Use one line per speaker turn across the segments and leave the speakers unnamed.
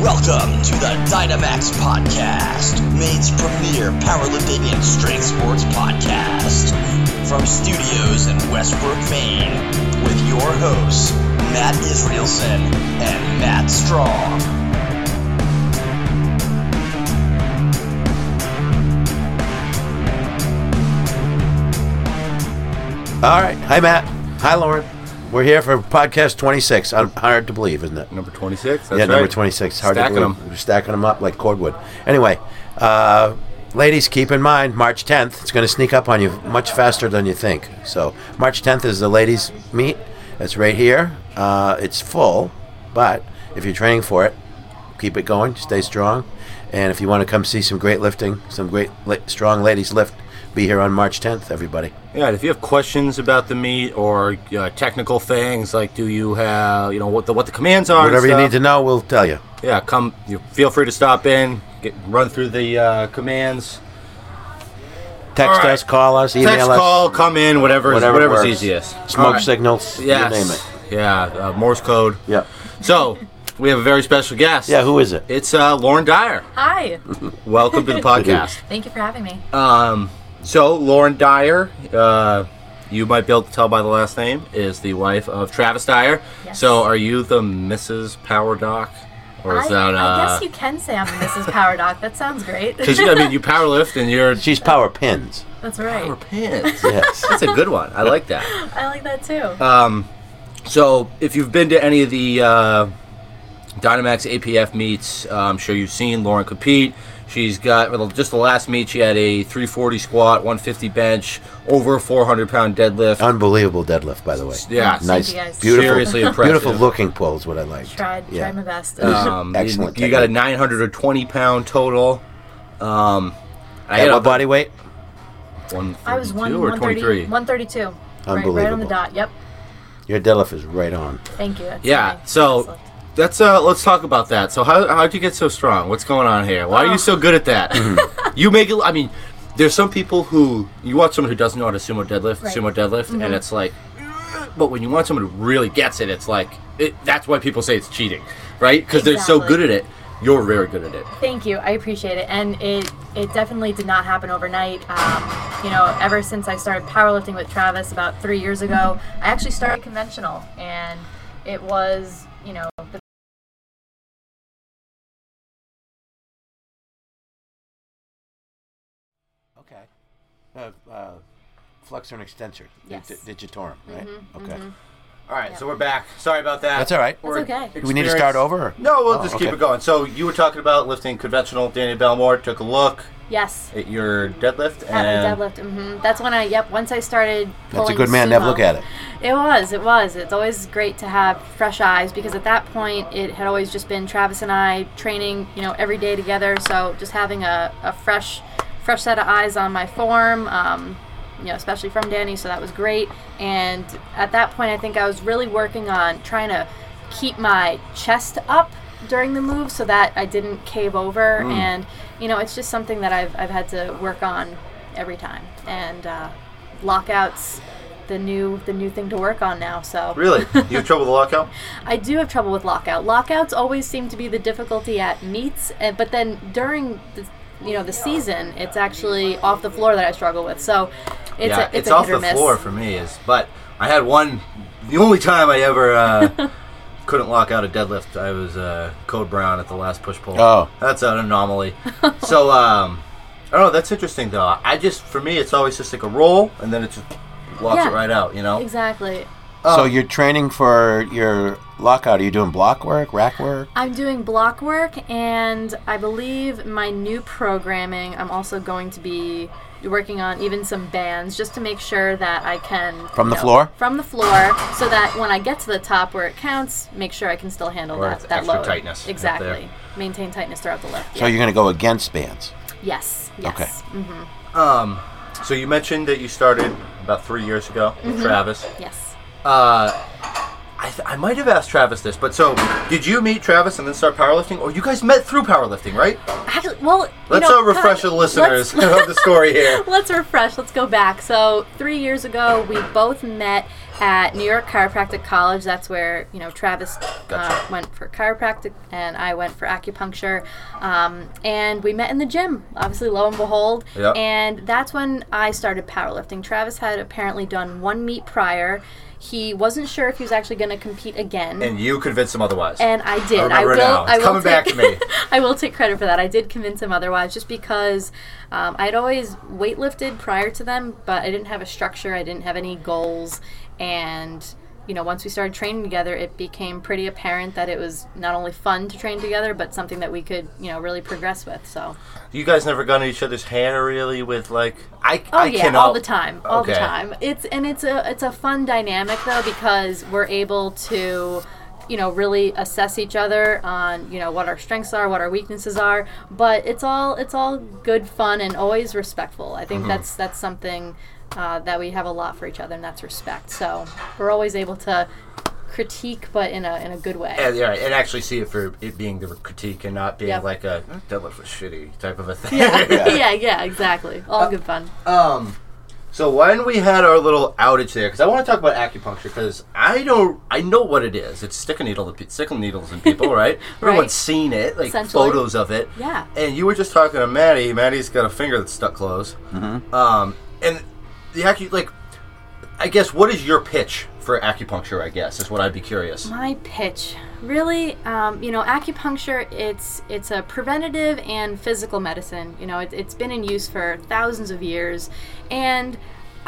Welcome to the Dynamax Podcast, Maine's premier powerlifting and strength sports podcast. From studios in Westbrook, Maine, with your hosts, Matt Israelson and Matt Strong.
All right. Hi, Matt. Hi, Lauren. We're here for podcast 26. I'm hard to believe, isn't it?
Number 26. That's
yeah, number
right.
26. Hard
Stacking
to believe.
'em.
We're stacking them up like cordwood. Anyway, uh, ladies, keep in mind, March 10th, it's going to sneak up on you much faster than you think. So, March 10th is the ladies' meet. It's right here. Uh, it's full, but if you're training for it, keep it going, stay strong. And if you want to come see some great lifting, some great li- strong ladies lift, be here on March 10th, everybody.
Yeah, if you have questions about the meet or uh, technical things, like do you have, you know, what the what the commands are, and
Whatever you
stuff,
need to know, we'll tell you.
Yeah, come. You feel free to stop in, get run through the uh, commands,
Text
All right.
us, call us, email
text,
us,
call, come in, whatever,
whatever
whatever's
works.
easiest. All
smoke
right.
signals,
Yes.
you name it.
Yeah, uh, Morse code.
Yeah.
So we have a very special guest.
Yeah, who is it?
It's uh, Lauren Dyer.
Hi.
Welcome to the podcast.
Thank you for having me.
Um, so Lauren Dyer, uh, you might be able to tell by the last name, is the wife of Travis Dyer.
Yes.
So are you the Mrs. Power Doc, or
I,
is that?
I
Uh,
guess you can say I'm Mrs. Power Doc. That sounds great.
because I mean, you powerlift and you're
She's Power Pins.
That's right.
pants.
Yes.
That's a good one. I like that.
I like that too.
Uh, So if you've been to any of the uh, Dynamax APF meets, uh, I'm sure you've seen Lauren compete. She's got well, just the last meet. She had a 340 squat, 150 bench, over 400 pound deadlift.
Unbelievable deadlift, by the way.
yeah,
Nice,
you guys.
beautiful,
Seriously impressive.
beautiful looking pole is what I like.
tried
yeah.
tried my best.
Um, you-
Excellent
You, got a
technique.
920 pound total. Um, I
At
had
what body weight?
I was one,
132 or 23.
130 132. Right, right on the
Unbelievable.
dot. Yep.
Your deadlift is right on.
Thank you. That's
Yeah.
my-
So that's uh, let's talk about that. So how how'd you get so strong? What's going on here? Why are
Oh.
you so good at that?
Mm-hmm.
you make it. I mean, there's some people who you watch someone who doesn't know how to sumo deadlift,
Right. Mm-hmm.
sumo deadlift, and it's like. But when you want someone who really gets it, it's like it, that's why people say it's cheating, right? Because they're so
Exactly.
good at it. You're very good at it.
Thank you. I appreciate it. And it it definitely did not happen overnight. Um, you know, ever since I started powerlifting with Travis about three years ago, I actually started conventional, and it was you know the
Okay. Uh, uh, flexor and extensor.
Yes. Mm-hmm,
Dig- Digitorum, right? okay.
All right, so we're back. Sorry about that.
That's all right.
We're
okay.
Do we need to start
experienced-
over? or-
No, we'll
Oh,
just keep
okay.
it going. So you were talking about lifting conventional. Danny Belmore took a look
yes.
at your deadlift
At
and
my deadlift. hmm That's when I, yep, once I started.
That's a
pulling
good man to have a
sumo-
look at it.
It was, it was. It's always great to have fresh eyes because at that point it had always just been Travis and I training, you know, every day together. So just having a, a fresh, fresh set of eyes on my form, um, you know, especially from Danny. So that was great. And at that point, I think I was really working on trying to keep my chest up during the move so that I didn't cave over. And, you know, it's just something that I've, I've had to work on every time. And uh, lockouts, the new the new thing to work on now. So
really, you have trouble with the lockout.
I do have trouble with lockout. Lockouts always seem to be the difficulty at meets, uh, but then during the you know the season, it's actually off the floor that I struggle with. So it's
yeah,
a, it's,
it's
a
off
hit or
the
miss.
floor for me. Is but I had one. The only time I ever uh, couldn't lock out a deadlift, I was uh, code brown at the last push pull.
Oh.
that's an anomaly. so um, I don't know. That's interesting though. I just for me, it's always just like a roll, and then it just locks
Yeah.
it right out. You know.
Exactly.
So
Um,
you're training for your lockout. Are you doing block work, rack work?
I'm doing block work, and I believe my new programming, I'm also going to be working on even some bands just to make sure that I can.
From
you
the floor?
From the floor, so that when I get to the top where it counts, make sure I can still handle
Or
that,
it's
that
extra
load.
tightness up
Exactly. Maintain tightness throughout the lift.
So you're going to go against bands.
Yes. Yes.
Okay.
Mm-hmm.
Um, so you
Mm-hmm.
mentioned that you started about three years ago with Travis.
Yes.
Uh, I I, th- I might have asked Travis this, but so did you meet Travis and then start powerlifting, or you guys met through powerlifting, right?
Actually, well, you
Let's
know,
uh, refresh the
kinda-
listeners
let's-
of the story here.
Let's refresh. Let's go back. So three years ago, we both met at New York Chiropractic College. That's where you know Travis uh,
Gotcha.
went for chiropractic, and I went for acupuncture. Um, and we met in the gym. Obviously, lo and behold.
Yeah.
And that's when I started powerlifting. Travis had apparently done one meet prior. He wasn't sure if he was actually going to compete again.
And you convinced him otherwise.
And I did.
I
I,
remember
will.
now. It's
I will
coming
take,
back to me.
I will take credit for that. I did convince him otherwise, just because um, I'd always weightlifted prior to them, but I didn't have a structure. I didn't have any goals, and you know, once we started training together, it became pretty apparent that it was not only fun to train together, but something that we could, you know, really progress with. So,
you guys never got in each other's hair really with like I
oh
I
yeah,
cannot
all the time, all the
Okay.
time. It's and it's a it's a fun dynamic though because we're able to you know really assess each other on you know what our strengths are what our weaknesses are but it's all it's all good fun and always respectful i
Mm-hmm.
think that's that's something uh, that we have a lot for each other and that's respect so we're always able to critique but in a in a good way
And, yeah, and actually see it for it being the critique and not being
Yep.
like a that looks shitty type of a thing.
yeah. yeah exactly all
Uh,
good fun
Um, so when we had our little outage there, because I want to talk about acupuncture, because I don't, I know what it is. It's stick a needle, in pe- sticking needles in people, right? Everyone's seen it, like
Essentially.
photos of it.
Yeah.
And you were just talking to Maddie. Maddie's got a finger that's stuck close. Mm-hmm. Um, and the acu, like, I guess what is your pitch for acupuncture? I guess is what I'd be curious.
My pitch, really, um, you know, acupuncture. It's it's a preventative and physical medicine. You know, it, it's been in use for thousands of years, and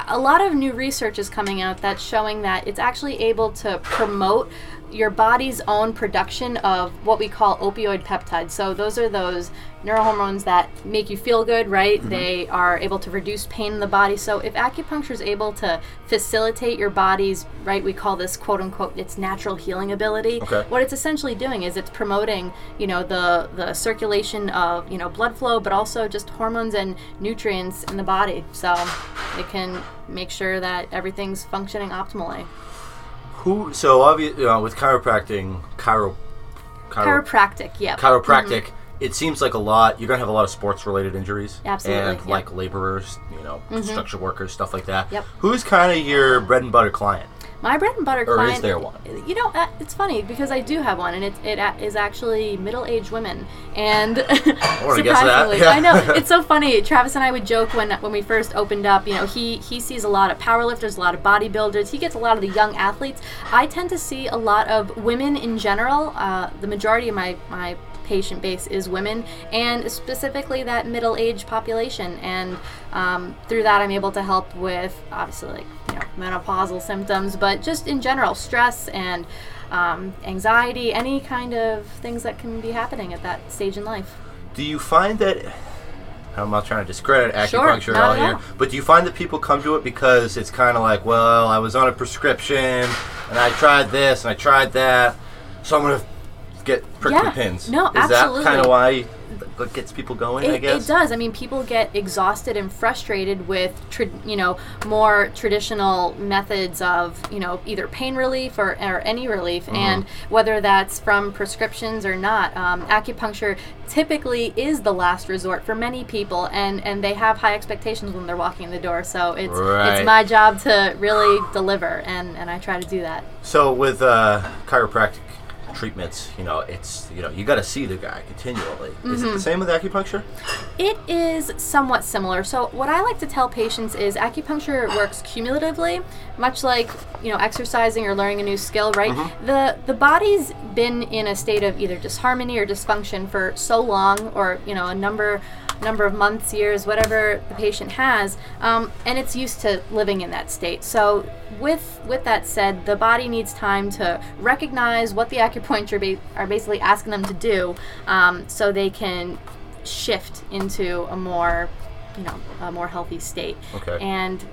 a lot of new research is coming out that's showing that it's actually able to promote your body's own production of what we call opioid peptides. So those are those neurohormones that make you feel good, right? They are able to reduce pain in the body. So if acupuncture is able to facilitate your body's, right, we call this quote unquote its natural healing ability.
Okay.
What it's essentially doing is it's promoting, you know, the the circulation of, you know, blood flow, but also just hormones and nutrients in the body. So it can make sure that everything's functioning optimally. Mm-hmm.
Who? So obviously, you know, with chiropractic, chiro, chiro,
Chiropractic, yeah.
chiropractic. It seems like a lot. You're gonna have a lot of sports-related injuries,
Mm-hmm. Absolutely,
and
yeah.
like laborers, you know, construction workers, stuff like that.
Yep.
Who's kind of your bread and butter client?
My bread and butter
Or
client.
is there one?
You know, uh, it's funny because I do have one, and it, it uh, is actually middle-aged women. And
wanna
surprisingly,
guess that, yeah.
I know it's so funny. Travis and I would joke when when we first opened up. You know, he he sees a lot of powerlifters, a lot of bodybuilders. He gets a lot of the young athletes. I tend to see a lot of women in general. Uh, the majority of my my patient base is women and specifically that middle-aged population and um, through that i'm able to help with obviously like you know menopausal symptoms but just in general stress and um, anxiety any kind of things that can be happening at that stage in life
Do you find that? I'm not trying to discredit
Sure,
acupuncture
not
all
at
here,
all.
but do you find that people come to it because it's kind of like, well, I was on a prescription, and I tried this, and I tried that, so I'm gonna get prickly
Yeah.
pins.
No,
is
absolutely.
that kind of why what gets people going? I
It,
guess
it does. I mean, people get exhausted and frustrated with, tra- you know, more traditional methods of, you know, either pain relief or, or any relief,
Mm-hmm.
and whether that's from prescriptions or not, um, acupuncture typically is the last resort for many people, and and they have high expectations when they're walking in the door. So it's
Right.
it's my job to really deliver, and and I try to do that.
So with uh, chiropractic treatments, you know, it's you know you got to see the guy continually. Is
Mm-hmm.
it the same with acupuncture?
It is somewhat similar. So what I like to tell patients is acupuncture works cumulatively, much like you know exercising or learning a new skill. Right? The the body's been in a state of either disharmony or dysfunction for so long, or you know a number number of months, years, whatever the patient has, um, and it's used to living in that state. So with with that said, the body needs time to recognize what the acupuncture ba- are basically asking them to do, um, so they can shift into a more you know a more healthy state
Okay.
and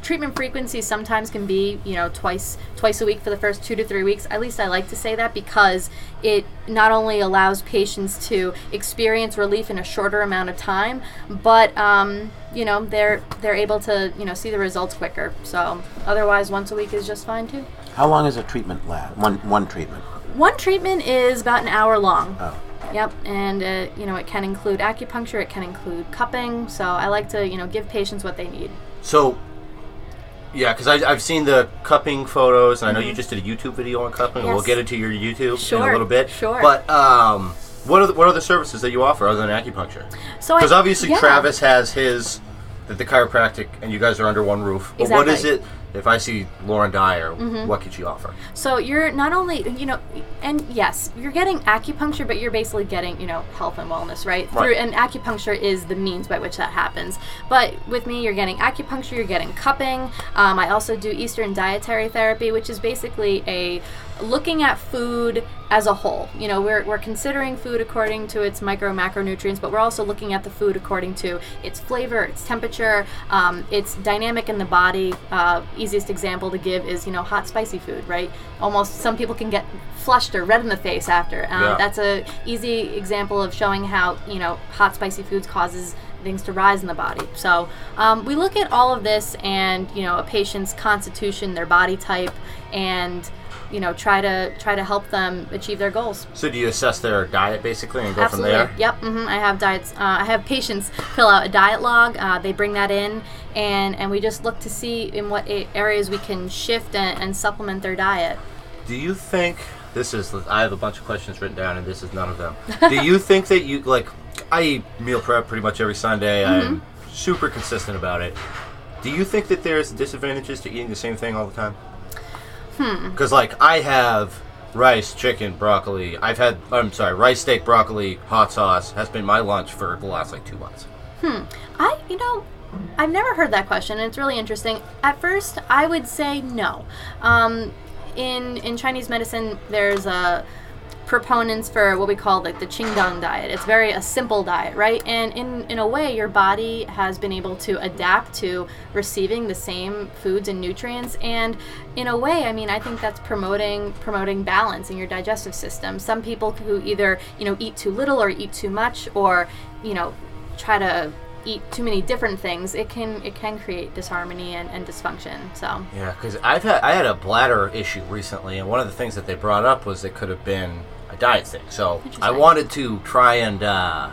treatment frequency sometimes can be you know twice twice a week for the first two to three weeks at least i like to say that because it not only allows patients to experience relief in a shorter amount of time but um, you know they're they're able to you know see the results quicker so otherwise once a week is just fine too
How long is a treatment last? One one treatment.
one treatment is about an hour long
Oh.
Yep, and uh, you know it can include acupuncture, it can include cupping. So I like to you know give patients what they need.
So, yeah, because I've seen the cupping photos, and I know you just did a YouTube video on cupping. and We'll
Mm-hmm. Yes.
get into your YouTube in a
Sure,
little bit.
sure.
But um, what are the, what are the services that you offer other than acupuncture?
So I-
Because obviously
yeah.
Travis has his that the chiropractic, and you guys are under one roof. But what is it?
Exactly. Mm-hmm.
If I see Lauren Dyer, what could she offer?
So you're not only you know, and yes, you're getting acupuncture, but you're basically getting you know health and wellness,
Right.
right? Through and acupuncture is the means by which that happens. But with me, you're getting acupuncture, you're getting cupping. Um, I also do Eastern dietary therapy, which is basically a looking at food as a whole. You know, we're, we're considering food according to its micro macronutrients, but we're also looking at the food according to its flavor, its temperature, um, its dynamic in the body. Uh, easiest example to give is, you know, hot spicy food, right? Almost some people can get flushed or red in the face after. Um,
Yeah.
That's a easy example of showing how, you know, hot spicy foods causes things to rise in the body. So um, we look at all of this and, you know, a patient's constitution, their body type, and you know try to try to help them achieve their goals
So do you assess their diet basically and go
absolutely
from there?
yep hmm i have diets uh, i have patients fill out a diet log uh, they bring that in and and we just look to see in what a- areas we can shift and, and supplement their diet
Do you think this is? I have a bunch of questions written down, and this is none of them. Do you think that you like? I eat meal prep pretty much every Sunday. I'm super consistent about it. Do you think that there's disadvantages to eating the same thing all the time? Hmm. Because like I have rice, chicken, broccoli. I've had I'm sorry, rice, steak, broccoli, hot sauce has been my lunch for the last like two months.
I, you know, I've never heard that question, and it's really interesting. At first, I would say no. Um, in in Chinese medicine, there's a proponents for what we call like the Qingdong diet. It's very a simple diet, right? And in in a way, your body has been able to adapt to receiving the same foods and nutrients. And in a way, I mean, I think that's promoting promoting balance in your digestive system. Some people who either you know eat too little or eat too much, or you know try to eat too many different things, it can it can create disharmony and, and dysfunction. So
Yeah, because I've had I had a bladder issue recently, and one of the things that they brought up was it could have been a diet thing. So I
Interesting.
wanted to try and uh,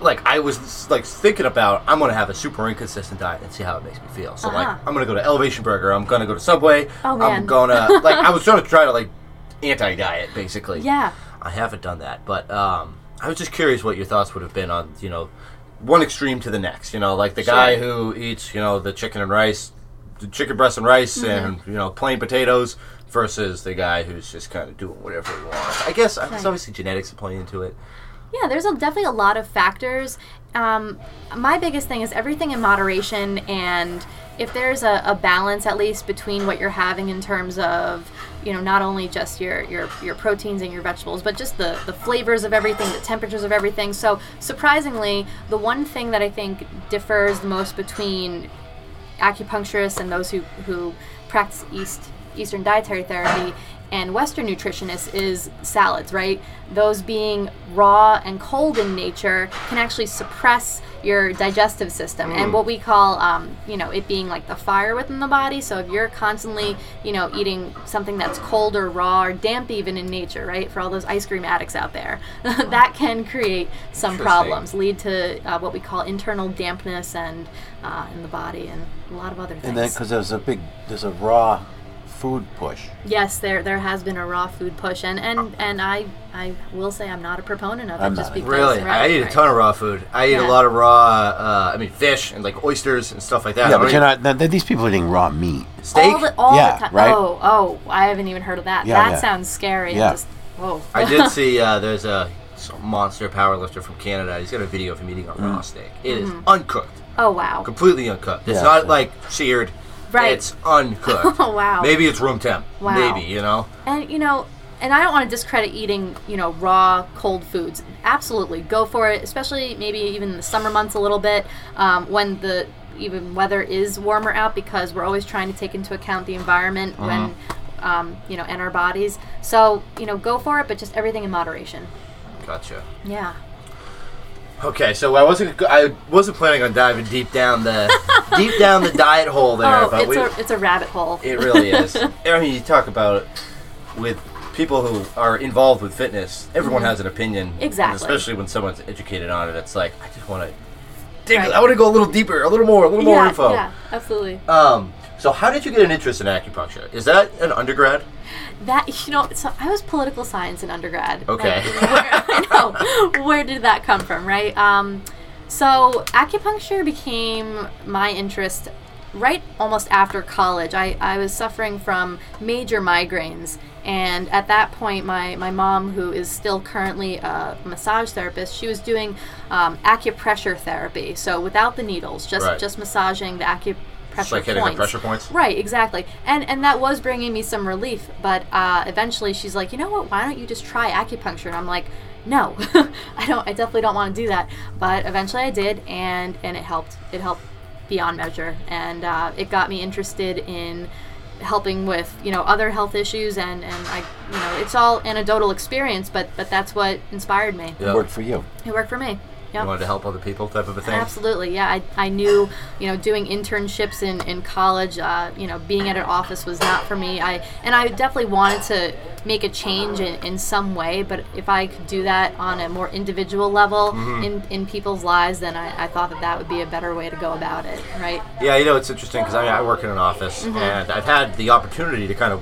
like I was like thinking about I'm gonna have a super inconsistent diet and see how it makes me feel. So like
Uh-huh.
I'm gonna go to Elevation Burger, I'm gonna go to Subway,
Oh,
I'm
man.
gonna like I was trying to try to like anti diet basically.
yeah.
I haven't done that, but um, I was just curious what your thoughts would have been on you know one extreme to the next. You know, like the guy who eats you know the chicken and rice, the chicken breast and rice,
Mm-hmm.
and you know plain potatoes versus the guy who's just kind of doing whatever he wants. I guess it's obviously genetics playing into it.
Yeah, there's a, definitely a lot of factors. Um, my biggest thing is everything in moderation, and if there's a, a balance at least between what you're having in terms of, you know, not only just your your, your proteins and your vegetables, but just the, the flavors of everything, the temperatures of everything. So surprisingly, the one thing that I think differs the most between acupuncturists and those who, who practice East Eastern dietary therapy and Western nutritionists is salads, right? Those being raw and cold in nature can actually suppress your digestive system and what we call, um, you know, it being like the fire within the body. So if you're constantly, you know, eating something that's cold or raw or damp even in nature, right? For all those ice cream addicts out there, that can create some
Interesting.
problems lead to uh, what we call internal dampness and uh, in the body and a lot of other things.
And then because there's a big there's a raw food push.
yes, there there has been a raw food push, and and, and I I will say I'm not a proponent of
I'm
it just
not.
because
Really, I
right,
eat a
right.
ton of raw food. I eat a
Yeah.
lot of raw. Uh, I mean, fish and like oysters and stuff like that.
Yeah,
I
but
don't
you're
eat
not. th- th- These people are eating raw meat.
steak.
all the all
Yeah,
the time.
right?
Oh oh, I haven't even heard of that.
Yeah,
that
yeah.
sounds scary.
Yeah.
And just, whoa.
I did see uh, there's a some monster power lifter from Canada. He's got a video of him eating a
Mm-hmm.
raw steak. It is uncooked,
oh wow.
completely uncooked. It's
Yeah,
not
yeah.
like seared.
Right.
It's uncooked.
Oh, wow.
Maybe it's room temp.
Wow.
Maybe you know.
and you know and i don't want to discredit eating you know raw cold foods absolutely go for it especially maybe even in the summer months a little bit um, when the even weather is warmer out because we're always trying to take into account the environment
Uh-huh.
when um, you know and our bodies. So you know, go for it, but just everything in moderation.
Gotcha.
Yeah.
Okay, so I wasn't I wasn't planning on diving deep down the deep down the diet hole there,
oh,
but
it's
we,
a it's a rabbit hole.
it really is. I mean, you talk about with people who are involved with fitness, everyone has an opinion, and
Mm-hmm. Exactly.
especially when someone's educated on it, it's like I just want to dig.
Right.
I want to go a little deeper, a little more, a little more
yeah,
info.
yeah, absolutely.
Um, so how did you get an interest in acupuncture? Is that an undergrad?
That you know, so I was political science in undergrad.
Okay.
Like, where, I know. Where did that come from, right? Um, so acupuncture became my interest right almost after college. I, I was suffering from major migraines, and at that point, my my mom, who is still currently a massage therapist, she was doing um, acupressure therapy. So without the needles, just
Right.
just massaging the acupressure
It's like hitting the
points.
pressure points.
Right, exactly. And and that was bringing me some relief, but uh, eventually she's like, "You know what? Why don't you just try acupuncture?" And I'm like, "No. I don't I definitely don't want to do that." But eventually I did and and it helped. It helped beyond measure and uh, it got me interested in helping with you know other health issues and and I you know it's all anecdotal experience but but that's what inspired me
Yeah.
Worked for you.
it worked for me yeah
You wanted to help other people, type of a thing.
Absolutely, yeah. I, I knew, you know, doing internships in, in college, uh, you know, being at an office was not for me. I and I definitely wanted to make a change in, in some way, but if I could do that on a more individual level in, in people's lives, then I, I thought that that would be a better way to go about it, right?
Yeah, you know, it's interesting because I, I work in an office
Mm-hmm.
and I've had the opportunity to kind of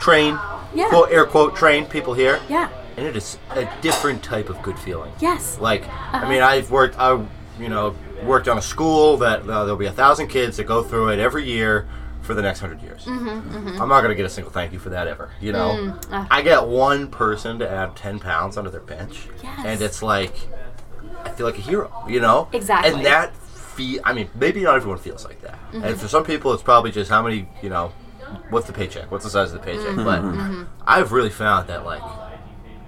train,
Yeah.
quote, air quote, train people here.
Yeah.
And it is a different type of good feeling.
Yes. Uh-huh.
Like, I mean, I've worked, I, you know, worked on a school that uh, there'll be a thousand kids that go through it every year for the next hundred years. Mm-hmm, I'm not going to get a single thank you for that ever. You know,
Mm, uh.
I get one person to add 10 pounds under their bench.
Yes.
And it's like, I feel like a hero, you know?
Exactly. Mm-hmm.
And that feel, I mean, maybe not everyone feels like that. And for some people, it's probably just how many, you know, what's the paycheck? What's the size of the paycheck?
Mm-hmm,
But I've really found that, like,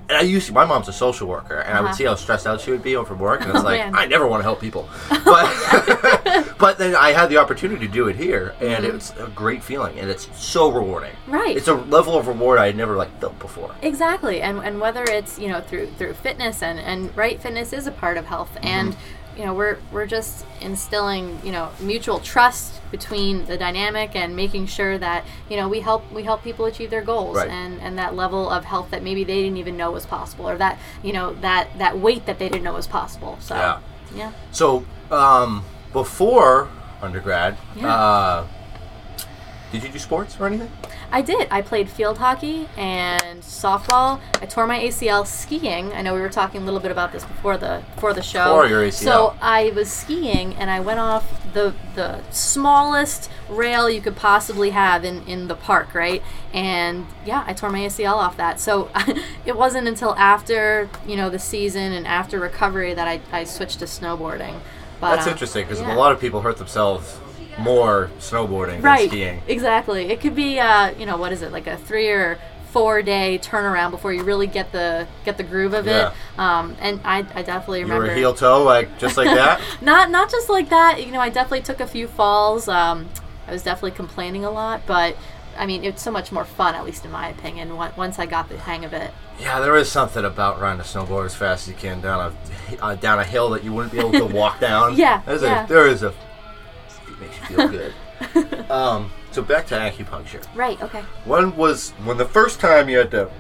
and I used to, my mom's a social worker, and I would
Uh-huh.
see how stressed out she would be from work, and it's like,
man. Oh,
I never want to help people. But, but then I had the opportunity to do it here, and it's a great feeling, and it's so rewarding.
Mm-hmm. Right.
It's a level of reward I had never, like, felt before.
Exactly, and and whether it's you know through through fitness and and right fitness is a part of health,
Mm-hmm.
and you know we're we're just instilling you know mutual trust between the dynamic and making sure that you know we help we help people achieve their goals
Right.
and and that level of health that maybe they didn't even know was possible or that you know that that weight that they didn't know was possible. So
Yeah.
yeah.
So, um, before undergrad,
Yeah.
uh, did you do sports or anything?
I did. I played field hockey and softball. I tore my ACL skiing. I know we were talking a little bit about this before the before the show.
Tore your ACL.
So I was skiing and I went off the the smallest rail you could possibly have in in the park, right? And yeah, I tore my ACL off that. So it wasn't until after you know the season and after recovery that I, I switched to snowboarding. But,
That's
uh,
interesting because
yeah.
a lot of people hurt themselves more snowboarding than
right
skiing.
exactly it could be uh, you know what is it like a three or four day turnaround before you really get the get the groove of
Yeah.
it um, and I, I definitely
You
remember
were heel toe, like just like that.
not not just like that you know i definitely took a few falls um, i was definitely complaining a lot but i mean it's so much more fun at least in my opinion on- once i got the hang of it
yeah, there is something about riding a snowboard as fast as you can down a uh, down a hill that you wouldn't be able to walk down.
Yeah,
There's
yeah.
A, there is a. It makes you feel good. um, so back to acupuncture.
right okay
When was when the first time you had to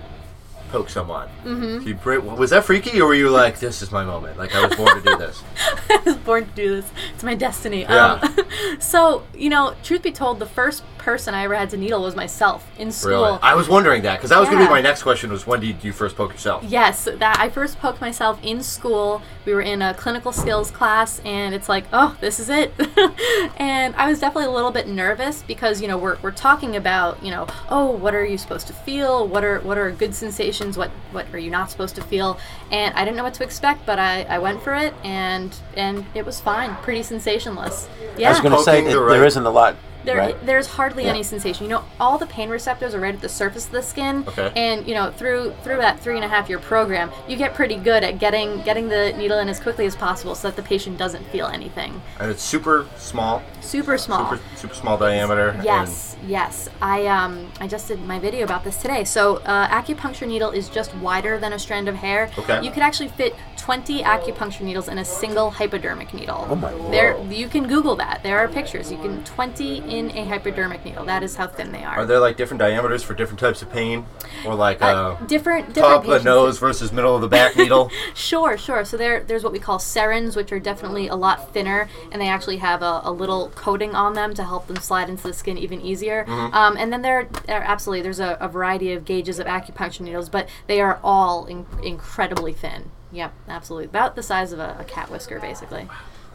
poke someone? Mm-hmm. You break, was that freaky, or were you like, "This is my moment. Like I was born to do this."
I was born to do this. It's my destiny.
Yeah.
Um, so, you know, truth be told, the first person I ever had to needle was myself in school.
Really, I was wondering that because that was going to
Yeah.
be my next question: was when did you first poke yourself?
Yes, that I first poked myself in school. We were in a clinical skills class, and it's like, oh, this is it. and I was definitely a little bit nervous because you know we're, we're talking about you know oh what are you supposed to feel? What are what are good sensations? What what are you not supposed to feel? And I didn't know what to expect, but I, I went for it, and and it was fine, pretty sensationless. Yeah,
I was going to say
Poking
it,
the right-
there isn't a lot
There,
Right.
there's hardly
Yeah.
any sensation. You know, all the pain receptors are right at the surface of the skin,
Okay.
and you know, through through that three and a half year program, you get pretty good at getting getting the needle in as quickly as possible, so that the patient doesn't feel anything.
And it's super small,
Super small.
super, super small diameter. and-
Yes, yes. I um I just did my video about this today. So uh, acupuncture needle is just wider than a strand of hair.
Okay.
You could actually fit 20 acupuncture needles in a single hypodermic needle.
Oh my
There,
lord.
you can Google that. There are pictures. You can 20 in a hypodermic needle. That is how thin they are.
Are there like different diameters for different types of pain, or like
Uh,
uh,
different, different
top of the
patients-
nose versus middle of the back needle?
Sure, sure. So there, there's what we call serins, which are definitely a lot thinner, and they actually have a, a little coating on them to help them slide into the skin even easier. Um, and then there, there absolutely, there's a, a variety of gauges of acupuncture needles, but they are all in, incredibly thin. Yep, absolutely, about the size of a, a cat whisker, basically.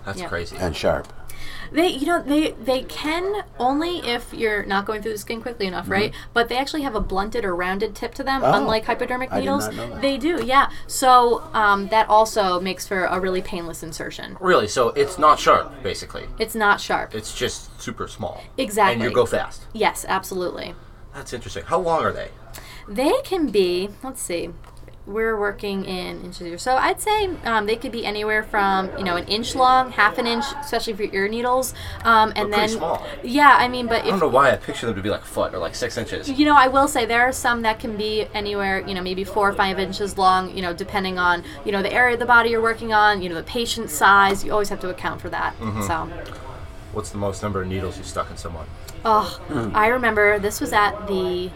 That's
Yeah.
crazy.
and sharp.
They, you know, they they can only if you're not going through the skin quickly enough, right? But they actually have a blunted or rounded tip to them,
Mm-hmm. Oh.
unlike hypodermic
I did
needles.
not know that.
They do, yeah. So um, that also makes for a really painless insertion.
Really, so it's not sharp, basically.
It's not sharp.
It's just super small.
Exactly.
And you go fast.
yes, absolutely.
That's interesting. How long are they?
They can be. Let's see. We're working in inches or so. I'd say um, they could be anywhere from you know an inch long, half an inch, especially for your ear needles, um, and
They're
then
pretty small.
yeah. I mean, but
I
if
don't know why I picture them to be like a foot or like six inches.
You know, I will say there are some that can be anywhere, you know, maybe four or five inches long, you know, depending on, you know, the area of the body you're working on, you know, the patient size. You always have to account for that.
Mm-hmm.
So,
What's the most number of needles you stuck in someone?
oh, I remember this was at the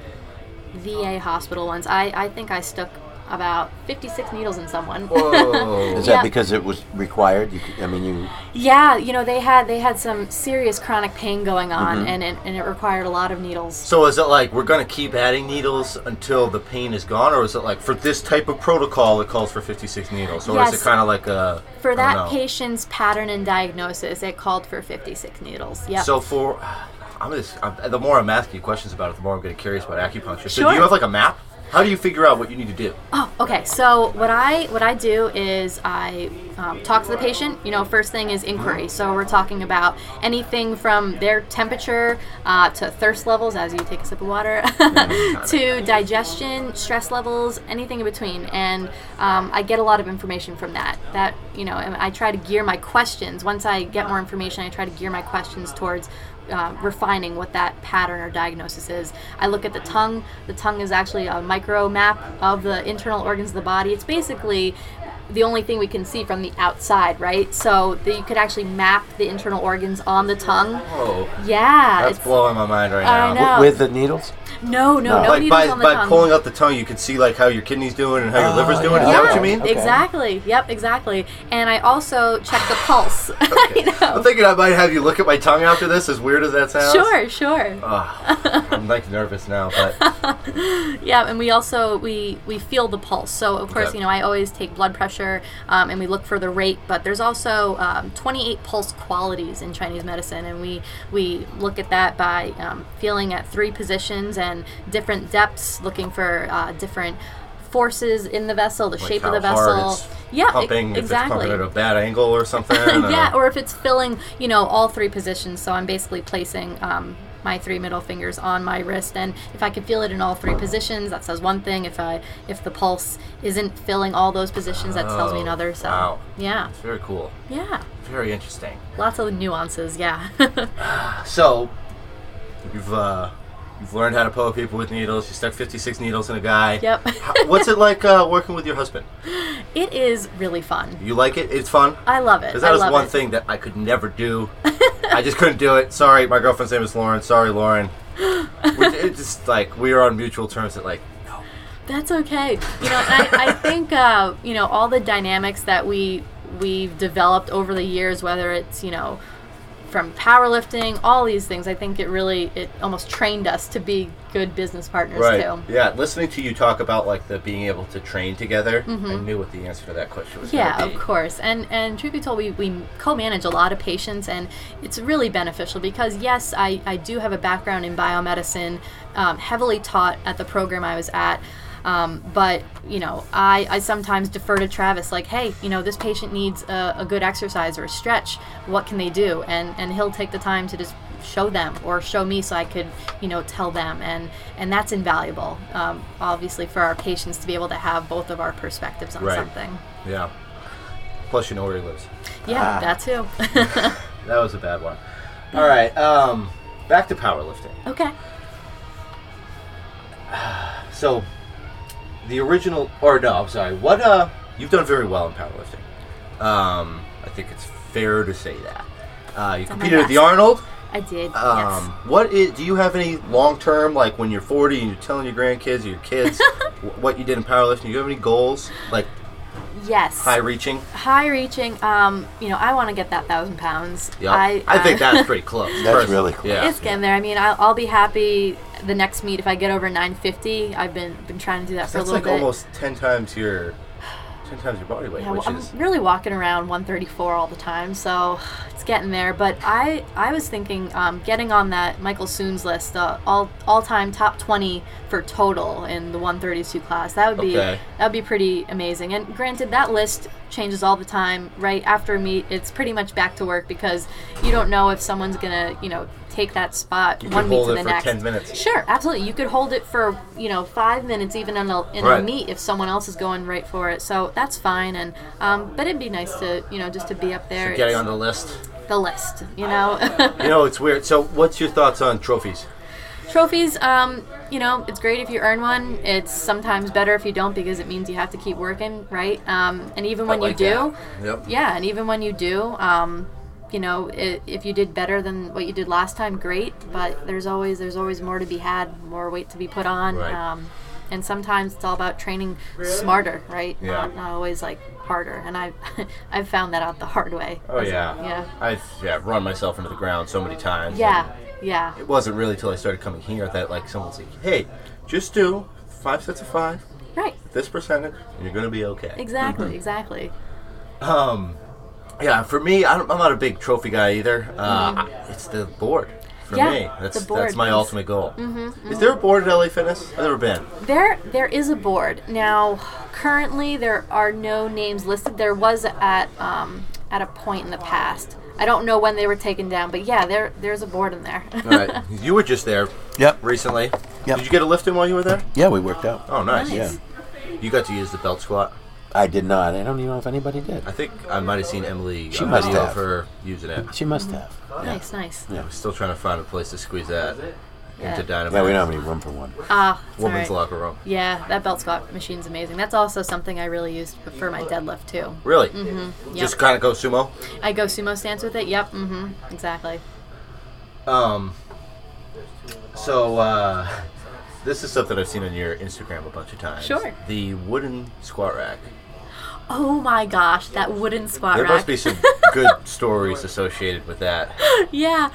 VA hospital once. I, I think I stuck about 56 needles in someone.
Whoa.
Is
Yeah.
that because it was required? You, c- I mean, you.
yeah, you know, they had they had some serious chronic pain going on
Mm-hmm.
and, it, and it required a lot of needles.
so is it like we're gonna keep adding needles until the pain is gone, or is it like for this type of protocol it calls for 56 needles, or is
Yes.
it kind of like a I
For
don't
that
know.
patient's pattern and diagnosis, it called for 56 needles. Yep.
So for I'm just I'm, the more I'm asking you questions about it, the more I'm getting curious about acupuncture. So
Sure.
do you have like a map? How do you figure out what you need to do?
Oh, okay. So what I what I do is I um, talk to the patient. You know, first thing is inquiry. So we're talking about anything from their temperature uh, to thirst levels as you take a sip of water, to digestion, stress levels, anything in between. And um, I get a lot of information from that. That you know, and I try to gear my questions. Once I get more information, I try to gear my questions towards uh, refining what that pattern or diagnosis is. I look at the tongue. The tongue is actually a micro map of the internal organs of the body. It's basically the only thing we can see from the outside, right? So that you could actually map the internal organs on the tongue.
Oh,
Yeah,
that's
it's-
blowing my mind right
I
now.
know.
With the needles?
no, no, no,
No.
no
Like
needles
by,
on the
by
tongue.
pulling out the tongue, you can see like how your kidney's doing and how your liver's doing. Is that what you mean?
Okay.
Exactly. Yep. Exactly. And I also check the pulse. you
I'm
know.
thinking I might have you look at my tongue after this. As weird as that sounds.
Sure. Sure.
Ah, I'm like nervous now, but
Yeah, and we also we we feel the pulse. So of course,
Okay.
you know, I always take blood pressure, um, and we look for the rate. But there's also um, 28 pulse qualities in Chinese medicine, and we we look at that by um, feeling at three positions and different depths, looking for uh, different forces in the vessel, the shape
how
of the
hard
vessel.
it's
yeah, e-
pumping if it's
exactly.
pumping at a bad angle or something. Uh,
yeah, or if it's filling, you know, all three positions. So I'm basically placing um, my three middle fingers on my wrist, and if I can feel it in all three positions, that says one thing. If I if the pulse isn't filling all those positions, that tells me
Oh,
another. So
wow.
yeah,
Very cool.
yeah,
Very interesting.
lots of nuances. Yeah,
So, you've uh, you've learned how to poke people with needles. You stuck 56 needles in a guy.
Yep.
How- What's it like uh, working with your husband?
it is really fun.
You like it? It's fun.
I love it.
Because that
I
was
love
one
it.
thing that I could never do. I just couldn't do it. Sorry, my girlfriend's name is Lauren. Sorry, Lauren. We, it just like we are on mutual terms that like
That's okay. You know, and I, I think uh, you know all the dynamics that we we've developed over the years, whether it's you know from powerlifting, all these things. I think it really it almost trained us to be good business partners too.
Yeah, listening to you talk about like the being able to train together, I knew what the answer to that question was.
Mm-hmm. Yeah,
gonna be.
of course. And and truth be told, we, we co-manage a lot of patients, and it's really beneficial because yes, I, I do have a background in biomedicine, um, heavily taught at the program I was at. Um, but you know, I, I sometimes defer to Travis, like, hey, you know, this patient needs a, a good exercise or a stretch. What can they do? And and he'll take the time to just show them or show me so I could, you know, tell them. And, and that's invaluable, um, obviously, for our patients to be able to have both of our perspectives on
Right.
something.
Yeah. Plus, you know where he lives.
Yeah,
Ah.
that too.
That was a bad one. All right. Um, back to powerlifting.
okay.
So, the original, or no, I'm sorry. What uh, you've done very well in powerlifting. Um, I think it's fair to say that. Uh, you
Done my
competed at the
best.
Arnold.
I did.
Um,
yes.
What is? Do you have any long term, like when you're 40 and you're telling your grandkids or your kids wh- what you did in powerlifting? Do you have any goals, like
Yes.
high reaching?
high reaching. Um, you know, I want to get that thousand pounds. uh,
Yeah, I, think that's pretty close.
That's
personally.
really close.
Yeah.
It's getting there. I mean, I'll, I'll be happy the next meet if I get over 950. I've been been trying to do that for
That's
a little
like
bit.
almost ten times your ten times your body weight,
Yeah,
which
well,
is
I'm really walking around 134 all the time, so it's getting there. But I, I was thinking um, getting on that Michael Soon's list, uh, all all time top 20 for total in the 132 class. That would be
Okay.
that would be pretty amazing. And granted, that list changes all the time. Right after a meet, it's pretty much back to work because you don't know if someone's gonna, you know, take that spot
You
one
could
meet
hold
to
it
the
for
next.
10 minutes.
Sure, absolutely. You could hold it for you know five minutes, even in a in
Right.
a meet, if someone else is going right for it. So that's fine. And um, but it'd be nice to you know just to be up there.
getting
It's
on the list.
the list, you know.
You know, it's weird. So, what's your thoughts on trophies?
Trophies, um, you know, it's great if you earn one. It's sometimes better if you don't because it means you have to keep working, right? Um, and even when
like
you
that.
do,
Yep.
yeah, and even when you do, um, you know, i if you did better than what you did last time, great. But there's always there's always more to be had, more weight to be put on,
Right.
um, and sometimes it's all about training smarter, right?
Yeah.
Not, not always like harder. And I I've found that out the hard way.
Oh yeah.
Yeah.
I've yeah, run myself into the ground so many times.
Yeah, yeah.
It wasn't really till I started coming here that like someone's like, "Hey, just do five sets of five,
Right.
this percentage, and you're gonna be okay."
Exactly. Exactly.
Yeah. For me, I don't, I'm not a big trophy guy either. Uh, I- it's the board. For
Mm-hmm. Yeah,
me, that's
the board Mm-hmm,
that's my
piece.
ultimate goal. Is there a board at LA Fitness? I've never been.
There, there is a board now. Currently, there are no names listed. There was at um, at a point in the past. I don't know when they were taken down, but yeah, there there's a board in there.
All right, you were just there
Yep.
recently.
Yep.
Did you get a lift in while you were there?
Yeah, we worked out.
Oh, nice.
Yeah.
You got to use the belt squat.
I did not. I don't even know if anybody did.
I think I might have seen Emily
She
a
must
video
have.
of her using it.
She must have. Yeah.
nice, nice.
Yeah.
I'm still trying to find a place to squeeze that
Yeah.
into dynamite.
Yeah, we don't have any room for one.
Ah, it's
Woman's
all right.
locker room.
Yeah, that belt squat machine's amazing. That's also something I really used for my deadlift too.
Really?
Mm-hmm. Yep.
Just kind of go sumo.
I go sumo stance with it. Yep. Mm-hmm. Exactly.
Um. So uh, this is something I've seen on your Instagram a bunch of times.
Sure.
The wooden squat rack.
Oh my gosh, that wooden squat
There
rack.
must be some good stories associated with that.
yeah.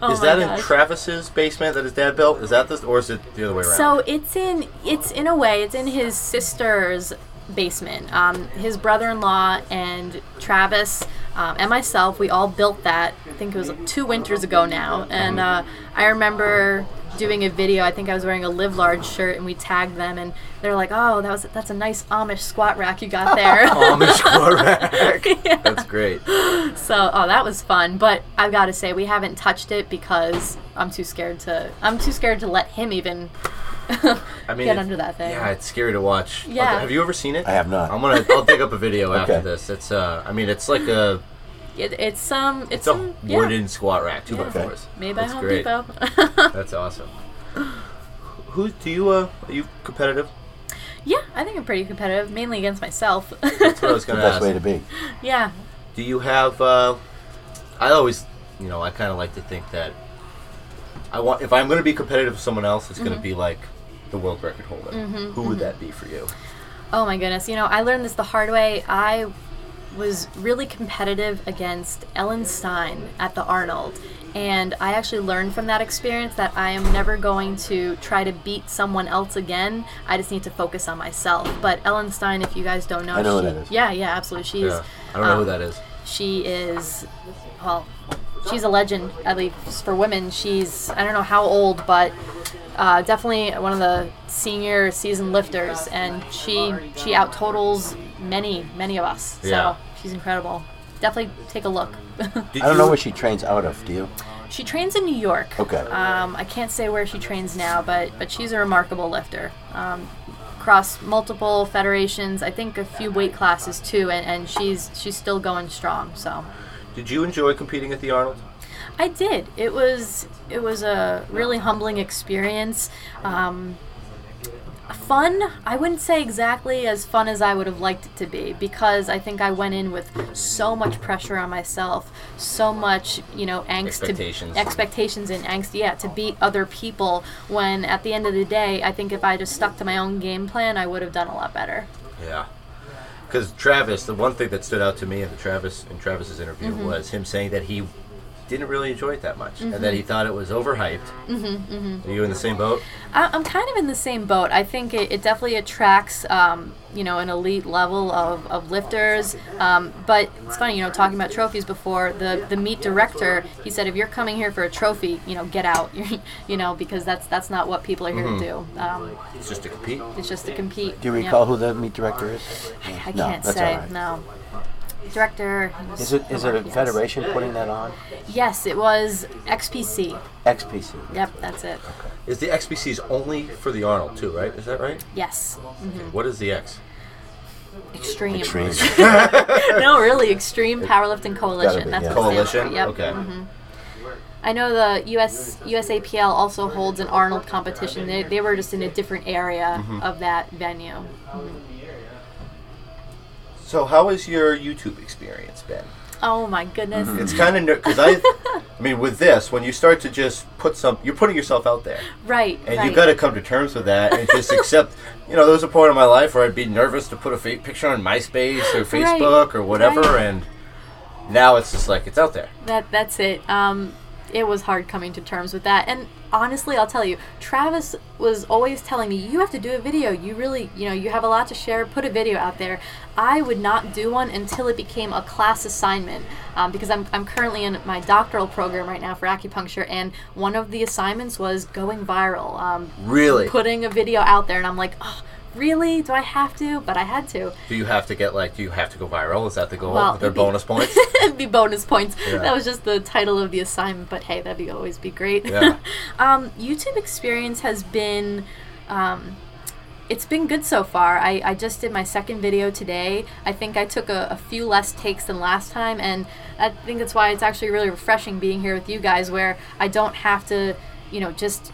Oh
Is
my
that in
gosh.
Travis's basement that his dad built? Is that this, or is it the other way around?
So it's in it's in a way it's in his sister's basement. Um, his brother-in-law and Travis um, and myself we all built that. I think it was two winters ago now, and uh, I remember doing a video. I think I was wearing a Live Large shirt, and we tagged them, and they're like, "Oh, that was that's a nice Amish squat rack you got there."
Amish squat rack. That's great.
So, oh, that was fun. But I've got to say, we haven't touched it because I'm too scared to. I'm too scared to let him even
I mean,
get
it-
under that thing.
Yeah, it's scary to watch.
Yeah.
Okay, Have you ever seen it?
I have not.
I'm gonna. I'll dig up a video after
Okay.
this. It's. Uh. I mean, it's like a.
It, it's some. It's,
It's a
some, yeah.
wooden squat rack, two by
Yeah.
fours.
Made by
That's
Home
great.
Depot.
That's awesome. Who do you? Uh. Are you competitive?
yeah, I think I'm pretty competitive, mainly against myself.
That's what I was
The
gonna
best
ask.
way to be.
yeah.
Do you have? Uh. I always. You know. I kind of like to think that. I want. If I'm gonna be competitive with someone else, it's
Mm-hmm.
gonna be like. The world record holder. Who would that be for you?
Oh my goodness. You know, I learned this the hard way. I was really competitive against Ellen Stein at the Arnold. And I actually learned from that experience that I am never going to try to beat someone else again. I just need to focus on myself. But Ellen Stein, if you guys don't know,
I know who
she,
that is.
yeah, yeah, absolutely. She's
Yeah, I don't know who
um,
that is.
she is well she's a legend at least for women she's i don't know how old but uh, definitely one of the senior season lifters and she she out totals many many of us
Yeah.
so she's incredible definitely take a look
I
Did
don't
you-
know where she trains out of. Do you?
she trains in New York.
Okay.
Um, I can't say where she trains now, but but she's a remarkable lifter. Um, across multiple federations, I think a few weight classes too, and, and she's she's still going strong. So.
Did you enjoy competing at the Arnold?
I did. It was it was a really humbling experience. Um, fun. I wouldn't say exactly as fun as I would have liked it to be because I think I went in with so much pressure on myself, so much you know angst
Expectations.
to expectations and angst. Yeah, to beat other people. When at the end of the day, I think if I just stuck to my own game plan, I would have done a lot better.
Yeah. Because Travis, the one thing that stood out to me in the Travis in Travis's interview was him saying that he didn't really enjoy it that much, and that he thought it was overhyped. Mm-hmm, Are you in the same boat?
I- I'm kind of in the same boat. I think it, it definitely attracts, um, you know, an elite level of, of lifters. Um, but it's funny, you know, talking about trophies before, the, the meet director, he said, if you're coming here for a trophy, you know, get out, you know, because that's that's not what people are here to do. Um,
It's just to compete.
it's just to compete.
Do you
yeah.
recall who the meat director is?
I, I
No,
can't
that's
say,
all right.
no. Director. he was
Is it is it a
remarkable.
federation putting that on?
Yes, it was XPC.
XPC.
Yep, that's it.
Is the XBC's only for the Arnold too? Right? Is that right?
Yes.
What is the X?
Extreme.
Extreme.
no, really, Extreme Powerlifting Coalition.
be,
That's
yeah.
what it stands for,
Coalition.
Yep. Mm-hmm.
Okay.
I know the US USAPL also holds an Arnold competition. They, they were just in a different area
Mm-hmm.
of that venue.
So how has your YouTube experience been?
Oh my goodness.
It's kind of because I, I mean, with this, when you start to just put some, you're putting yourself out there.
Right.
And
right.
you got to come to terms with that and just accept. You know, there was a point in my life where I'd be nervous to put a fa- picture on MySpace or Facebook or whatever,
right.
and now it's just like it's out there.
that that's it. Um, it was hard coming to terms with that. And honestly, I'll tell you, Travis was always telling me, "You have to do a video. You really, you know, you have a lot to share. Put a video out there." I would not do one until it became a class assignment um, because I'm I'm currently in my doctoral program right now for acupuncture, and one of the assignments was going viral. Um,
Really?
putting a video out there, and I'm like, oh, really? Do I have to? But I had to.
do you have to get like? Do you have to go viral? Is that the goal?
Well,
Are there
it'd be-
bonus points?
It'd be bonus points.
Yeah.
That was just the title of the assignment, but hey, that'd be always be great.
Yeah.
um, YouTube experience has been. Um, it's been good so far. I, I just did my second video today. I think I took a, a few less takes than last time, and I think that's why it's actually really refreshing being here with you guys, where I don't have to, you know, just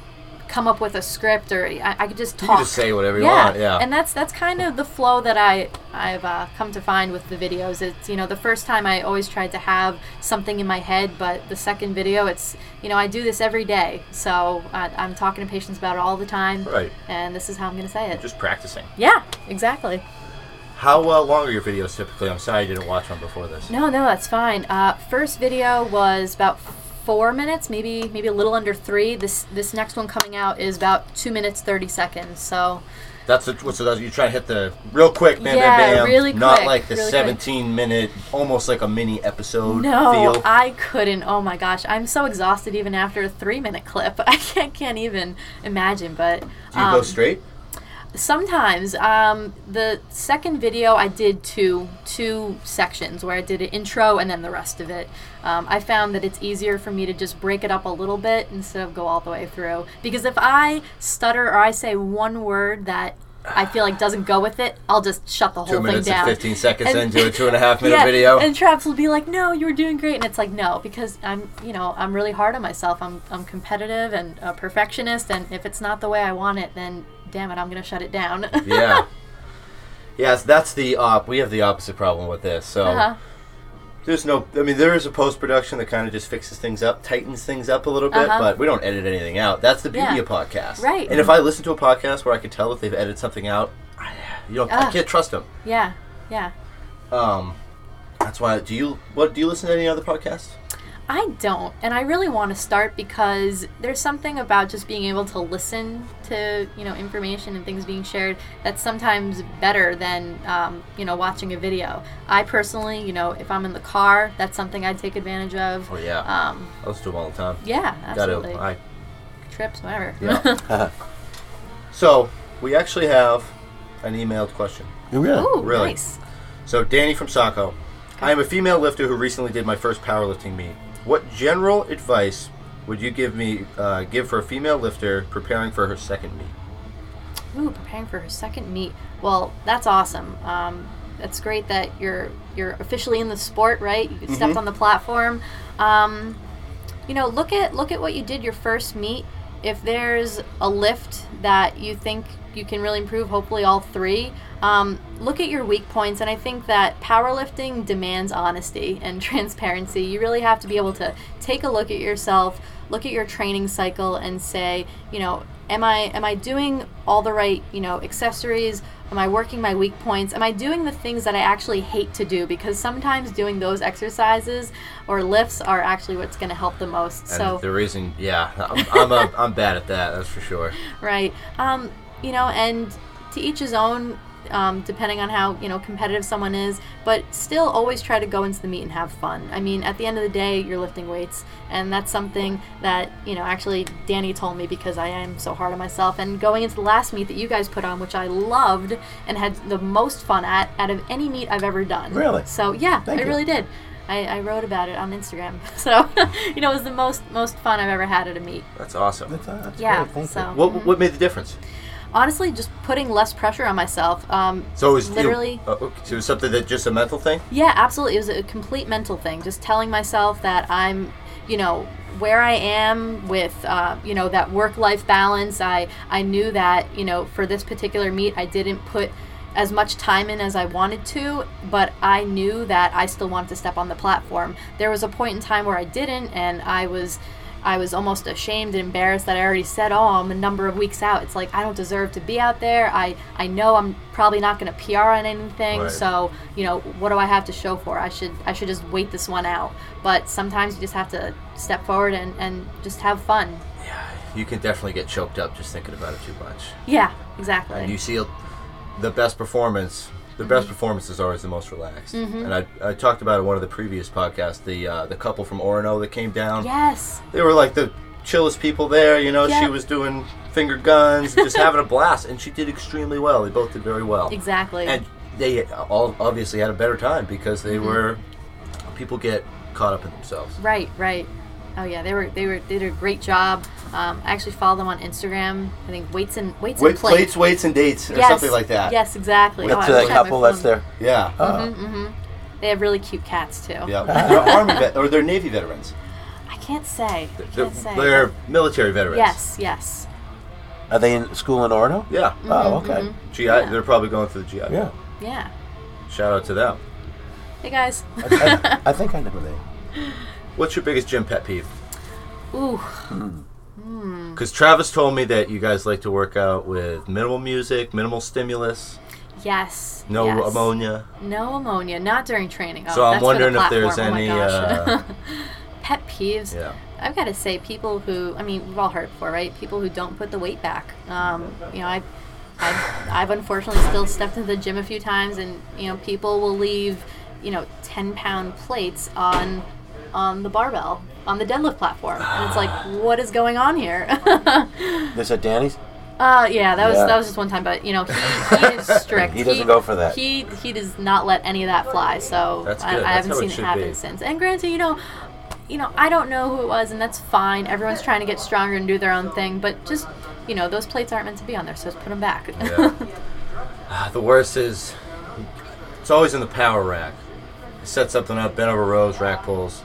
come up with a script or I, I could just talk.
can just say whatever you want, yeah.
And that's that's kind of the flow that I I've uh, come to find with the videos. It's you know the first time I always tried to have something in my head, but the second video, it's you know I do this every day, so I, I'm talking to patients about it all the time.
Right.
And this is how I'm gonna say it.
just practicing.
Yeah, exactly.
How uh, long are your videos typically? I'm sorry I didn't watch one before this.
No, no, that's fine. Uh, first video was about four minutes, maybe maybe a little under three. This this next one coming out is about two minutes thirty seconds. So
That's the, so that you try to hit the real quick, bam,
Yeah,
bam, bam.
really
Not
quick,
like the
really quick.
17 minute, almost like a mini episode.
no,
feel.
I couldn't. Oh my gosh, I'm so exhausted even after a three minute clip. I can't, can't even imagine. But um,
Do you go straight?
sometimes um, the second video i did two two sections where i did an intro and then the rest of it um, i found that it's easier for me to just break it up a little bit instead of go all the way through because if i stutter or i say one word that i feel like doesn't go with it i'll just shut the whole
Two minutes
thing down
and 15 seconds
And-
into a two and a half minute video.
and Traps will be like, "No, you were doing great," and it's like, "No," because I'm, you know, I'm really hard on myself. I'm, I'm competitive and a perfectionist, and if it's not the way I want it, then damn it, I'm gonna shut it down.
yeah. Yes, that's the op. We have the opposite problem with this. So
Uh-huh.
there's no. I mean, there is a post production that kind of just fixes things up, tightens things up a little bit,
Uh-huh.
but we don't edit anything out. That's the beauty
Yeah.
of podcasts,
Right.
And if I listen to a podcast where I can tell that they've edited something out, I, you don't. I
Ah.
can't trust them.
Yeah, yeah.
Um, that's why. Do you what? Do you listen to any other podcasts?
I don't, and I really want to start because there's something about just being able to listen to you know information and things being shared that's sometimes better than um, you know watching a video. I personally, you know, if I'm in the car, that's something I take advantage of.
Oh yeah,
Um,
I listen to them all the time.
yeah, absolutely.
Gotta, I,
Trips, whatever.
yeah. so we actually have an emailed question.
Really?
Ooh,
Really?
nice.
So, Danny from Saco. I am a female lifter who recently did my first powerlifting meet. What general advice would you give me uh, give for a female lifter preparing for her second meet?
Ooh, preparing for her second meet. Well, that's awesome. Um, that's great that you're you're officially in the sport, right? You stepped on the platform. Um, you know, look at look at what you did your first meet. If there's a lift that you think you can really improve, hopefully all three. Um, look at your weak points, and I think that powerlifting demands honesty and transparency. You really have to be able to take a look at yourself, look at your training cycle, and say, you know, am I am I doing all the right you know accessories? Am I working my weak points? Am I doing the things that I actually hate to do? Because sometimes doing those exercises or lifts are actually what's going to help the most.
And
so
the reason, yeah, I'm I'm, a, I'm bad at that. That's for sure.
right um, you know and to each his own um, depending on how you know competitive someone is but still always try to go into the meet and have fun i mean at the end of the day you're lifting weights and that's something that you know actually danny told me because i am so hard on myself and going into the last meet that you guys put on which i loved and had the most fun at out of any meet i've ever done
Really?
so yeah
Thank
i
you.
really did I, I wrote about it on instagram so you know it was the most most fun i've ever had at a meet
That's awesome.
That's, that's
yeah
great, thank
so
What what made the difference?
honestly just putting less pressure on myself um
So it was
Literally.
Uh, okay, so it was something that just a mental thing.
yeah absolutely it was a complete mental thing just telling myself that i'm you know where i am with uh, you know that work life balance i i knew that you know for this particular meet i didn't put as much time in as i wanted to but i knew that i still wanted to step on the platform there was a point in time where i didn't and i was I was almost ashamed and embarrassed that I already said, "Oh, I'm a number of weeks out." It's like I don't deserve to be out there. I I know I'm probably not going to PR on anything,
Right.
so you know what do I have to show for? I should I should just wait this one out. But sometimes you just have to step forward and and just have fun.
You can definitely get choked up just thinking about it too much.
Yeah,
And you
exactly.
see the best performance. The
Mm-hmm.
best performance is always the most relaxed. And I, I talked about it in one of the previous podcasts. The uh, the couple from Orono that came down.
Yes,
They were like the chillest people there. You know, she
Yeah.
was doing finger guns, just having a blast, and she did extremely well. They both did very well.
exactly.
And they all obviously had a better time because they were. People get caught up in themselves.
Mm-hmm. Right, right. Oh yeah, they were they were they did a great job. Um, I actually follow them on Instagram. I think weights and weights
Wait,
and plates.
plates, weights, and dates, or
Yes,
something like that.
Yes, exactly. Oh,
That's
I
that
wish I had my
couple that's
phone.
there.
Yeah.
They have really cute cats too.
Yeah. they're army vet- or they're navy veterans.
I can't say. I
They're,
can't say.
they're military veterans.
yes, yes.
Are they in school in Orono?
Yeah.
Mm-hmm.
Oh, okay.
GI. They're probably going through the GI.
Yeah.
Yeah.
Shout out to them.
Hey guys.
I, I think I know they.
What's your biggest gym pet peeve?
Ooh.
Because Travis told me that you guys like to work out with minimal music, minimal stimulus,
Yes.
no
yes.
ammonia.
No ammonia. Not during training. Oh,
so I'm
that's for the
wondering if there's
platform. Oh my
any.
gosh.
uh,
pet peeves.
yeah.
I've got to say, people who I mean, we've all heard it before, right? People who don't put the weight back. Um, you know, I, I've, I've unfortunately still stepped into the gym a few times, and you know, people will leave, you know, ten pound plates on, on the barbell on the deadlift platform, and it's like, what is going on here?
This at Danny's?
Uh, yeah, that was
Yeah.
that was just one time, but you know, he, he is strict.
He doesn't go for that.
He he does not let any of that fly. So
That's
I,
good.
I
That's
haven't
how it
seen it
should
happen
be.
since. And granted, you know, you know, I don't know who it was, and that's fine. Everyone's trying to get stronger and do their own thing, but just you know, those plates aren't meant to be on there, so just put them back.
Ah, The worst is it's always in the power rack. Set something up, bent over rows, rack pulls.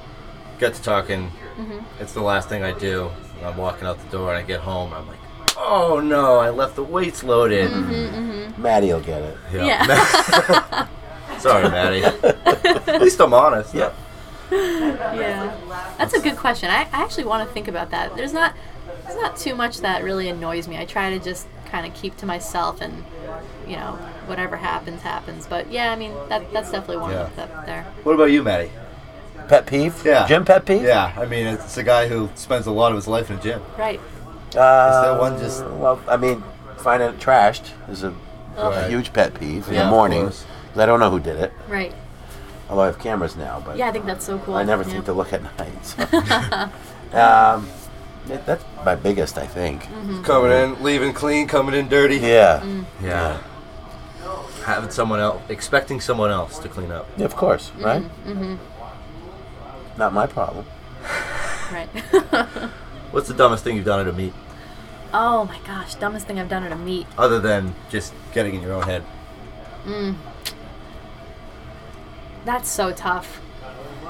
Get to talking.
Mm-hmm.
It's the last thing I do. And I'm walking out the door and I get home. And I'm like, oh no, I left the weights loaded.
Maddie will get it.
Mm-hmm. yeah,
Sorry, Maddie. At least I'm honest.
Yep.
yeah. That's a good question. I, I actually want to think about that. There's not there's not too much that really annoys me. I try to just kind of keep to myself and. You know, whatever happens, happens. But yeah, I mean, that, that's definitely one
Yeah.
that's up there.
What about you, Maddie?
Pet peeve?
Yeah.
Gym pet peeve?
Yeah, I mean, it's a guy who spends a lot of his life in a gym.
Mm-hmm.
Right.
Uh,
that one just-
Well, I mean, finding it trashed is a
Right.
huge pet peeve in
Yeah,
the
of
morning.
course.
'cause I don't know who did it.
Right.
Although I have cameras now, but
Yeah, I think that's so cool.
I never
yeah.
think to look at night. so. um, that- that's my biggest, I think.
Mm.
Coming in, leaving clean, coming in dirty.
Yeah.
Yeah. Having someone else, expecting someone else to clean up.
Yeah, Of course,
Mm-hmm,
right? Not my problem.
Right.
What's the dumbest thing you've done at a meet,
Oh my gosh, dumbest thing I've done at a meet.
other than just getting in your own head?
That's so tough.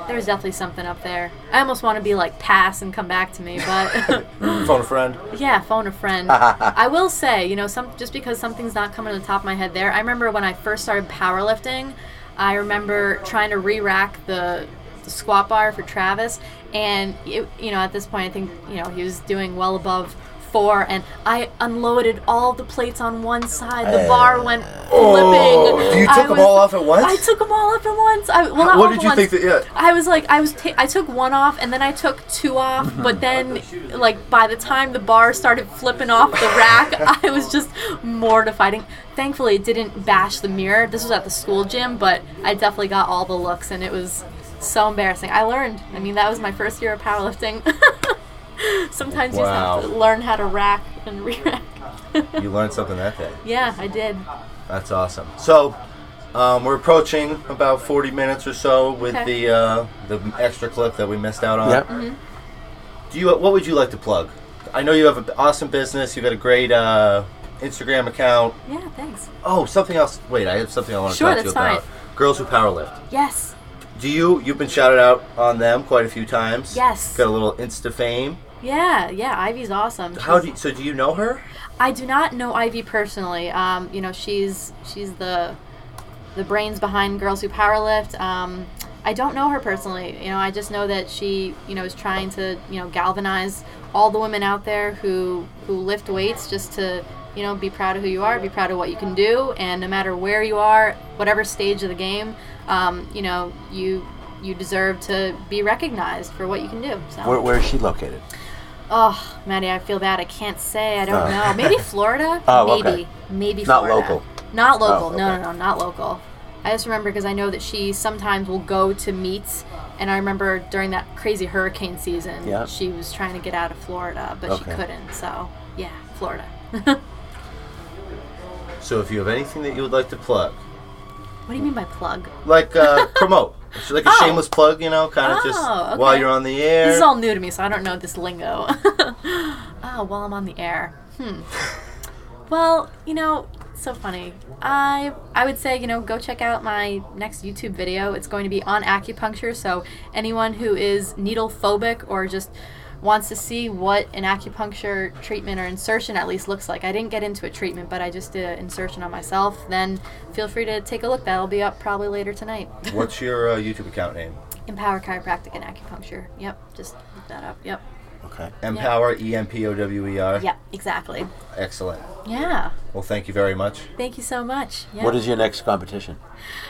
There's definitely something up there. I almost want to be like pass and come back to me, but
Phone a friend.
yeah, phone a friend. I will say, you know, some just because something's not coming to the top of my head there. I remember when I first started powerlifting, I remember trying to re-rack the, the squat bar for Travis, and it, you know, at this point, I think you know he was doing well above four, and I unloaded all the plates on one side. The bar went flipping.
Oh. you took
I
'em all off at once?
I took them all off at once. I, well, not
What
all
did
at
you
once.
think that- yeah.
I was like, I was, ta- I took one off, and then I took two off,
Mm-hmm.
but then, like, by the time the bar started flipping off the rack, I was just mortified. And thankfully, it didn't bash the mirror. This was at the school gym, but I definitely got all the looks, and it was so embarrassing. I learned. I mean, that was my first year of powerlifting. Sometimes you just have
Wow.
to learn how to rack and re-rack.
You learned something that day.
Yeah, I did.
That's awesome. So, um, we're approaching about 40 minutes or so with
Okay. Mm-hmm.
the uh, the extra clip that we missed out on.
Yep.
Do you? What would you like to plug? I know you have an awesome business. You've got a great uh, Instagram account.
Yeah, thanks.
Oh, something else. Wait, I have something I want to
Sure,
talk to you
that's
about. Girls Who Powerlift.
Yes.
Do you? You've been shouted out on them quite a few times.
Yes.
Got a little Insta fame.
Yeah, yeah, Ivy's awesome.
How
She's-
do? You, so do you know her?
I do not know Ivy personally. Um, you know, she's she's the the brains behind Girls Who Powerlift. Um, I don't know her personally. You know, I just know that she, you know, is trying to, you know, galvanize all the women out there who who lift weights just to, you know, be proud of who you are, be proud of what you can do, and no matter where you are, whatever stage of the game, um, you know, you you deserve to be recognized for what you can do. So.
Where, where is she located?
Oh, Maddie, I feel bad. I can't say. I don't know. Maybe Florida.
Oh,
maybe.
Uh. okay.
Maybe
Not
Florida.
local.
Not local.
Oh,
No,
okay.
no, no, not local. I just remember because I know that she sometimes will go to meets, and I remember during that crazy hurricane season,
Yeah.
she was trying to get out of Florida, but
Okay.
she couldn't. So, yeah, Florida. what
So if you have anything that you would like to plug,
do you mean by plug?
like uh, promote, It's like a
Oh.
shameless plug, you know, kind of just
Oh, okay.
while you're on the air.
This is all new to me, so I don't know this lingo. oh, while I'm on the air. Hmm. well, you know, so funny. I I would say, you know, go check out my next YouTube video. It's going to be on acupuncture, so anyone who is needle phobic or just wants to see what an acupuncture treatment or insertion at least looks like. I didn't get into a treatment, but I just did an insertion on myself. Then feel free to take a look. That'll be up probably later tonight.
What's your uh, YouTube account name?
Empower chiropractic and acupuncture. Yep, just look that up. Yep.
Okay.
Empower E M P O W E R.
Yeah, exactly.
Excellent.
Yeah.
Well, thank you very much.
Thank you so much. Yeah.
What is your next competition?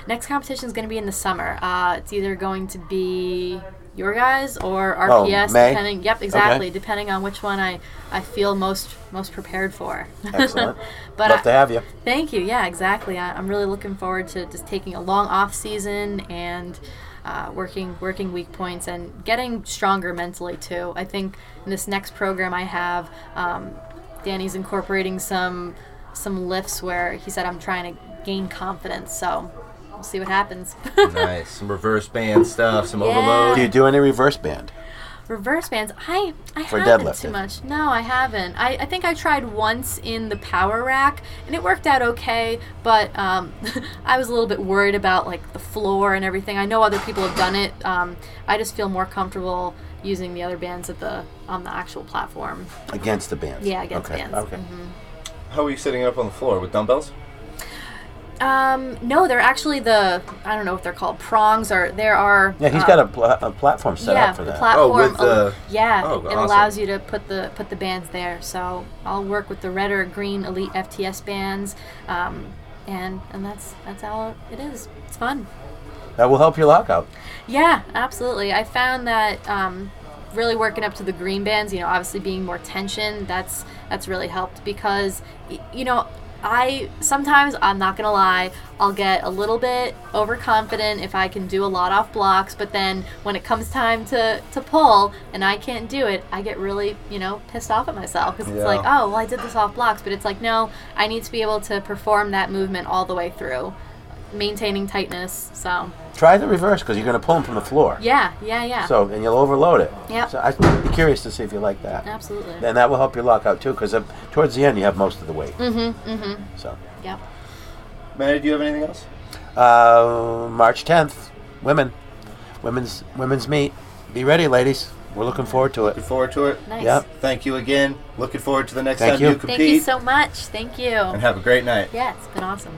Next competition is going to be in the summer. Uh, it's either going to be your guys or
Oh,
RPS,
May?
depending. Yep, exactly.
Okay.
Depending on which one I, I feel most most prepared for.
Excellent.
but
Love
I-
to have you.
thank you. Yeah, exactly. I, I'm really looking forward to just taking a long off season and. Uh, working working weak points and getting stronger mentally too. I think in this next program I have um, Danny's incorporating some some lifts where he said I'm trying to gain confidence. So we'll see what happens.
nice. Some reverse band stuff, some
Yeah.
overload.
Do you do any reverse band?
Reverse bands, I I
For
haven't
deadlifting.
too much. No, I haven't. I, I think I tried once in the power rack and it worked out okay, but um, I was a little bit worried about like the floor and everything. I know other people have done it. Um, I just feel more comfortable using the other bands at the on the actual platform.
Against the bands?
Yeah, against
okay.
bands. Mm-hmm.
Okay.
How are you sitting up on the floor with dumbbells?
Um, no, they're actually the I don't know if they're called prongs or there are.
Yeah, he's
uh,
got a, pla- a platform set
yeah,
up for
the
that.
platform.
Oh, with
al-
the-
yeah,
oh,
it
awesome.
allows you to put the put the bands there. So I'll work with the red or green elite FTS bands, um, and and that's that's all it is. It's fun.
that will help your lockout.
Yeah, absolutely. I found that um, really working up to the green bands, you know, obviously being more tension, that's that's really helped because y- you know, I sometimes I'm not gonna lie, I'll get a little bit overconfident if I can do a lot off blocks, but then when it comes time to to pull and I can't do it, I get really you know pissed off at myself because
Yeah.
it's like, oh well, I did this off blocks, but it's like no, I need to be able to perform that movement all the way through maintaining tightness. So
Try the reverse because you're going to pull them from the floor.
yeah, yeah, yeah.
So and you'll overload it.
Yep.
So I'd be curious to see if you like that.
Absolutely.
And that will help your lockout too, because towards the end you have most of the weight. Mm-hmm. Mm-hmm. So,
Yep.
Maddie, do you have anything else?
uh, March 10th, women, women's women's meet. Be ready, ladies. We're looking forward to it.
Looking forward to it.
Nice.
Yep.
Thank you again. Looking forward to the next
Thank
time
you.
you,
Thank
compete.
Thank you so much. Thank you.
and have a great night.
Yeah, it's been awesome.